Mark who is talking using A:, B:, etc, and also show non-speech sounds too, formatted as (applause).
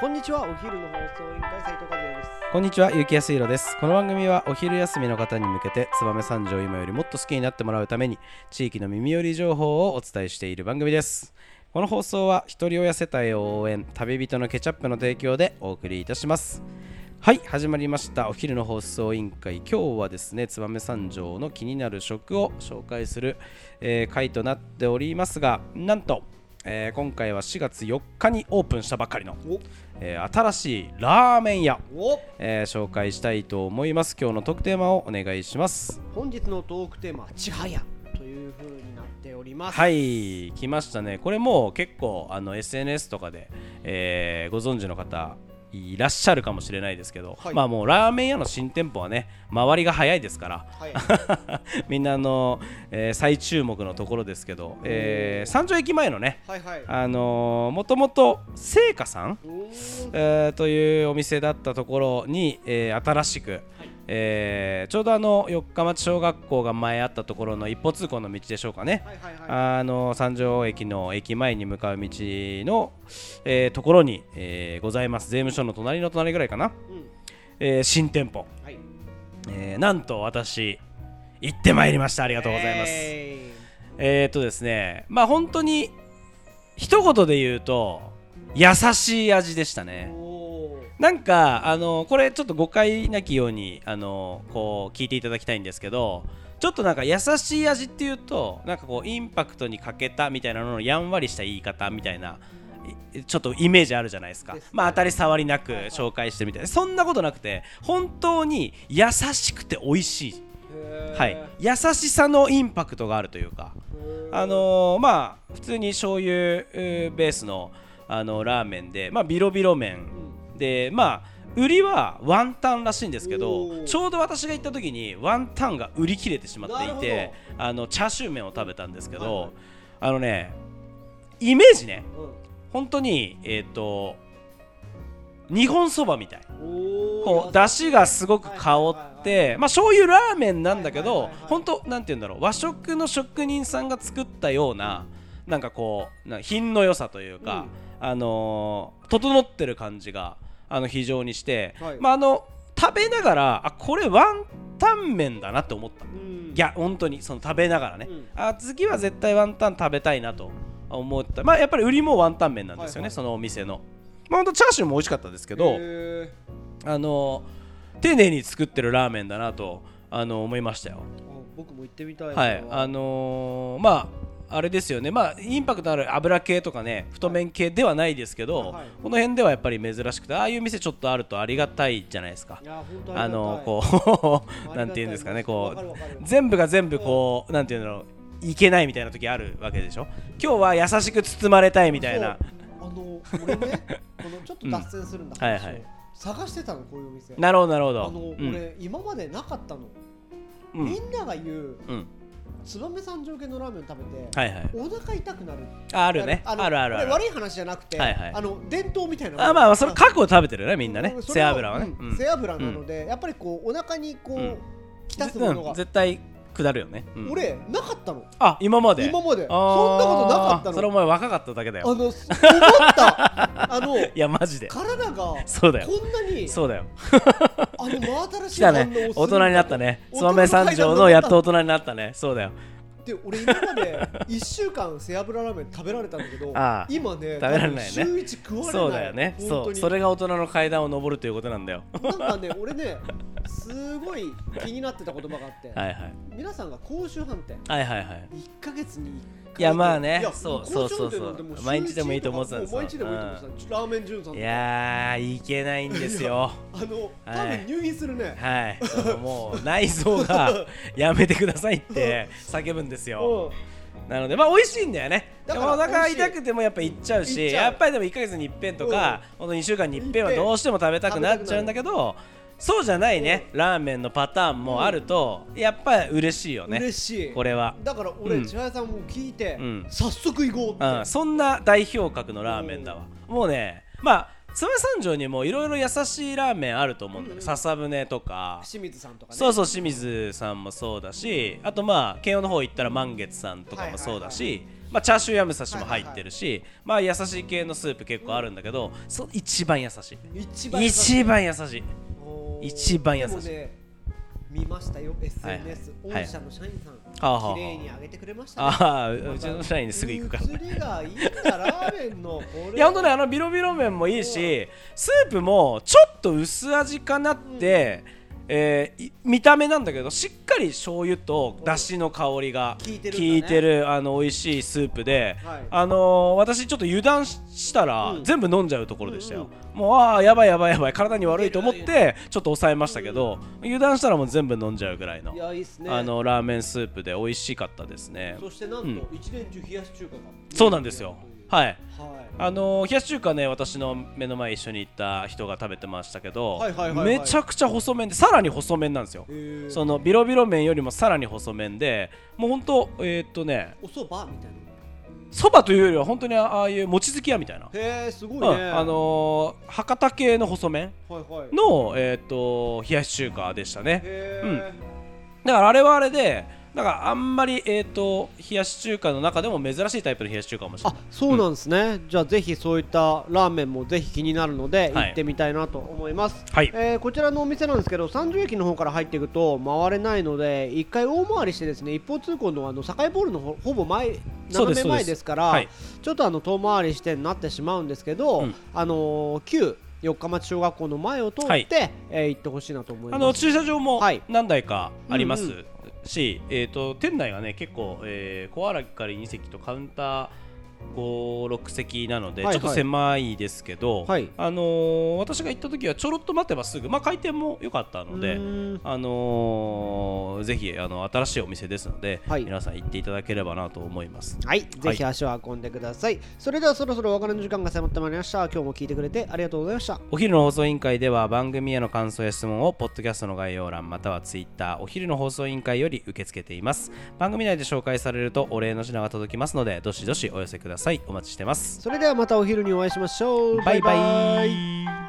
A: こんにちはお昼の放送委員会斉藤和也です
B: こんにちは、ゆきやすいろです。この番組はお昼休みの方に向けて、燕三条を今よりもっと好きになってもらうために、地域の耳寄り情報をお伝えしている番組です。この放送は、ひとり親世帯を応援、旅人のケチャップの提供でお送りいたします。はい、始まりました。お昼の放送委員会。今日はですね、燕三条の気になる食を紹介する、えー回となっておりますが、なんと、えー今回は4月4日にオープンしたばかりの、えー新しいラーメン屋。
A: おお
B: えー紹介したいと思います今日の特テーマをお願いします
A: 本日のトークテーマは「ちはや」という風になっております
B: はい来ましたねこれもう結構あの SNS とかで、えーご存知の方いらっしゃるかもしれないですけど、
A: はい
B: まあもうラーメン屋の新店舗はね周りが早いですから (laughs)
A: はい、
B: みんなあの、えー最注目のところですけど、えー三条駅前のね
A: はいはい
B: あのー、もともと聖火さん
A: うーん
B: えーというお店だったところに、えー新しく、えーちょうどあの四日町小学校が前あったところの一歩通行の道でしょうかね、
A: はいはいはい
B: あの三条駅の駅前に向かう道の、えーところに、えーございます税務署の隣の隣ぐらいかな、
A: うん
B: えー新店舗、
A: はいあり
B: えーなんと私行ってまいりましたありがとうございます、えー、っとですねまあ本当に一言で言うと優しい味でしたね、
A: おー
B: なんかあのこれちょっと誤解なきようにあのこう聞いていただきたいんですけどちょっとなんか優しい味っていうとなんかこうインパクトに欠けたみたいなののやんわりした言い方みたいないちょっとイメージあるじゃないですか
A: ですね
B: まあ当たり障りなく紹介してみたいなそんなことなくて本当に優しくて美味しい、
A: へー
B: はい、優しさのインパクトがあるというか
A: うーん
B: あのーまあ普通に醤油えーベースのあのラーメンで、まあ、ビロビロ麺でまあ売りはワンタンらしいんですけ
A: おー
B: どちょうど私が行った時にワンタンが売り切れてしまってい
A: なる
B: てあのチャーシュー麺を食べたんですけど、
A: はいはい
B: あのねイメージね
A: うん
B: 本当にえっ、と日本そばみたい
A: おー
B: こう出汁がすごく香っ
A: はいはいはい
B: てまあ醤油ラーメンなんだけ
A: はいは
B: ど
A: いはいはい
B: 本当なんて言うんだろう和食の職人さんが作ったようななんかこうな品の良さというか、あのー整ってる感じがあの非常にして、
A: はい
B: まああの食べながらあこれワンタン麺だなって思った。
A: うん
B: いや本当にその食べながらね、
A: うん
B: あ次は絶対ワンタン食べたいなと思ったまあやっぱり売りもワンタン麺なんですよ
A: は
B: ね、
A: いはい
B: そのお店のまあほんとチャーシューも美味しかったですけど、
A: へー
B: あの丁寧に作ってるラーメンだなとあの思いましたよ。
A: あ僕も行ってみたいな
B: はい、あのーまああれですよね、まあ、インパクトある油系とかね太麺系ではないですけど、
A: はい
B: この辺ではやっぱり珍しくてああいう店ちょっとあるとありがたいじゃないですか
A: い。や本当
B: あの
A: う
B: こう (laughs) なんて言うんですかねこう全部が全部こうなんていうんだろういけないみたいな時あるわけでしょ今日は優しく包まれたいみたいな
A: そうあの俺ねこのちょっと脱線するん
B: (laughs)
A: だ、
B: うんはい
A: 話を
B: はい
A: 探してたのこういうお店
B: なるほどなるほ
A: あ
B: ど
A: の、
B: うん
A: 俺今までなかったの、
B: うん
A: みんなが言う
B: うん、
A: 燕三条系のラーメン食べて、
B: はいはい
A: お腹痛くなる
B: ああるねあ
A: の
B: るあるあ
A: これ
B: る
A: 悪い話じゃなくて、
B: はいはい
A: あの伝統みたいな
B: あまあそれ核を食べてるよねみ
A: み
B: んなね背脂はね、うん
A: 背脂なので、やっぱりこうお腹にこう、
B: うん
A: きたすものが
B: うん、絶対下るよね、うん
A: 俺なかったの
B: あ今まで
A: 今までそんな
B: あー
A: ことなかったの
B: それお前若かっただけだ
A: あの
B: よ
A: 思ったあの
B: いやマジで
A: 体がこ
B: そうだよ
A: んなに
B: そうだよ
A: あの真新し
B: 来
A: い
B: た
A: 反応をす
B: ね
A: る
B: 大人になったね
A: 大人の
B: 燕三条のやっと大人になったねそうだよ
A: で俺今まで1週間背脂ラーメン食べられたんだけど
B: (laughs) ああ
A: 今ね
B: 食べられないね
A: 多分週一食われない
B: そうだよねそ
A: 本
B: う
A: 当
B: そ
A: に
B: れが大人の階段を上るということなんだよ
A: なんかね俺ねすごい気になってた言葉があって、
B: はいはい
A: 皆さんが公衆飯店
B: はいはいはい
A: 1か月に1回
B: いやまあね
A: いや
B: そう
A: 公衆
B: そう
A: 飯店
B: そう
A: なんても
B: そう毎日でもいいと思ってたんです
A: も
B: よ
A: う毎日でもいいと思ってたんですラーメンじゅんさんと
B: い
A: か
B: やーいけないんですよ
A: (laughs) あの多
B: は
A: 分
B: い
A: 入院するね、
B: はいそのもう内臓がやめてくださいって叫ぶんで
A: (laughs)
B: すよ
A: うん
B: なのでまあ美味しいんだよね
A: だ
B: だ
A: か
B: かららお腹
A: 美味しい
B: 痛くてもやっぱ行っちゃう
A: 行
B: し
A: っちゃう
B: やっぱりでも1ヶ月に一遍とか、ほんと2週間に一遍はどうしても食べたくなっちゃうんだけどそうじゃないね、ラーメンのパターンもあると、やっぱり嬉しいよね
A: 嬉しい
B: これは、
A: だから俺、
B: うん
A: 千早さんも聞いて、
B: うん
A: 早速行こうって、
B: うん、そんな代表格のラーメンだわ、もうねまあ燕三条にもいろいろ優しいラーメンあると思うんだけど、笹舟とか
A: 清水さんとかね
B: そうそう清水さんもそうだしあとまあ慶応の方行ったら満月さんとかもそうだし、まあ、チャーシューやむさしも入ってるし、まあ、優しい系のスープ結構あるんだけど、そう一番優しい
A: 一番優しい
B: 一番優しい
A: おー
B: 一番優しい
A: でもね見ましたよ SNS、
B: はいはい
A: 御社の社員さん、
B: あはあ
A: 綺麗に上げてくれましたね、
B: ああうちの社員にすぐ行くから
A: 映りがいいんだラーメンのこれ
B: いやほんとねあのビロビロ麺もいいしスープもちょっと薄味かなって、えーい見た目なんだけどしっかり醤油とだしの香りが
A: 効いてるんだね
B: 効いてるあの美味しいスープで、
A: はい
B: あのー私ちょっと油断ししたら、
A: うん
B: 全部飲んじゃうところでしたよ、もうああやばいやばいやばい体に悪いと思っ
A: い
B: てちょっと抑えましたけど、油断したらもう全部飲んじゃうぐらいの
A: いやいいっすね
B: あのラーメンスープで美味しかったですね
A: そしてなんと一年中冷やし中華が
B: そうなんですよはい
A: は
B: あのー冷やし中華ね私の目の前一緒に行った人が食べてましたけど、
A: はいはいはいはい
B: めちゃくちゃ細麺でさらに細麺なんですよ
A: いへー
B: そのビロビロ麺よりもさらに細麺でもうほんとえー、っとね
A: お蕎麦みたい
B: そばというよりは本当にああいう餅つき屋みたいな、
A: なへえすごいね、
B: うんあのー博多系の細麺
A: はいはい
B: の、えー、っと冷やし中華でしたね
A: へ
B: だからあれはあれでだからあんまり、えー、っと冷やし中華の中でも珍しいタイプの冷やし中華かもしれ
A: あ
B: ない
A: そうなんですね、じゃあぜひそういったラーメンもぜひ気になるので
B: はい
A: 行ってみたいなと思います、
B: はい
A: えーこちらのお店なんですけど三条駅の方から入っていくと回れないので一回大回りしてですね一方通行のあの堺ボールのほほぼ前
B: そ
A: 斜
B: うです
A: め
B: そうで
A: 前
B: す
A: ですから
B: はい
A: ちょっとあの遠回りしてになってしまうんですけど、
B: うん
A: あのー旧四日町小学校の前を通って、
B: はい
A: えー行ってほしいなと思いま
B: あ
A: す
B: の駐車場も
A: はい
B: 何台かあります
A: うんう
B: し、えー、と店内はね結構、えー、小荒木から2席とカウンター56席なので、
A: はいはい
B: ちょっと狭いですけど、
A: はい
B: あのー私が行った時はちょろっと待てばすぐ、まあ、開店も良かったので
A: う。ーん
B: あのーぜひあの新しいお店ですので、
A: はい
B: 皆さん行っていただければなと思います。
A: はい、ぜひ足を運んでください、それではそろそろお別れの時間が迫ってまいりました今日も聞いてくれてありがとうございました
B: お昼の放送委員会では番組への感想や質問をポッドキャストの概要欄またはツイッターお昼の放送委員会より受け付けています番組内で紹介されるとお礼の品が届きますのでどしどしお寄せくださいお待ちしてます
A: それではまたお昼にお会いしましょう
B: バイバイ
A: バイバイ
B: イ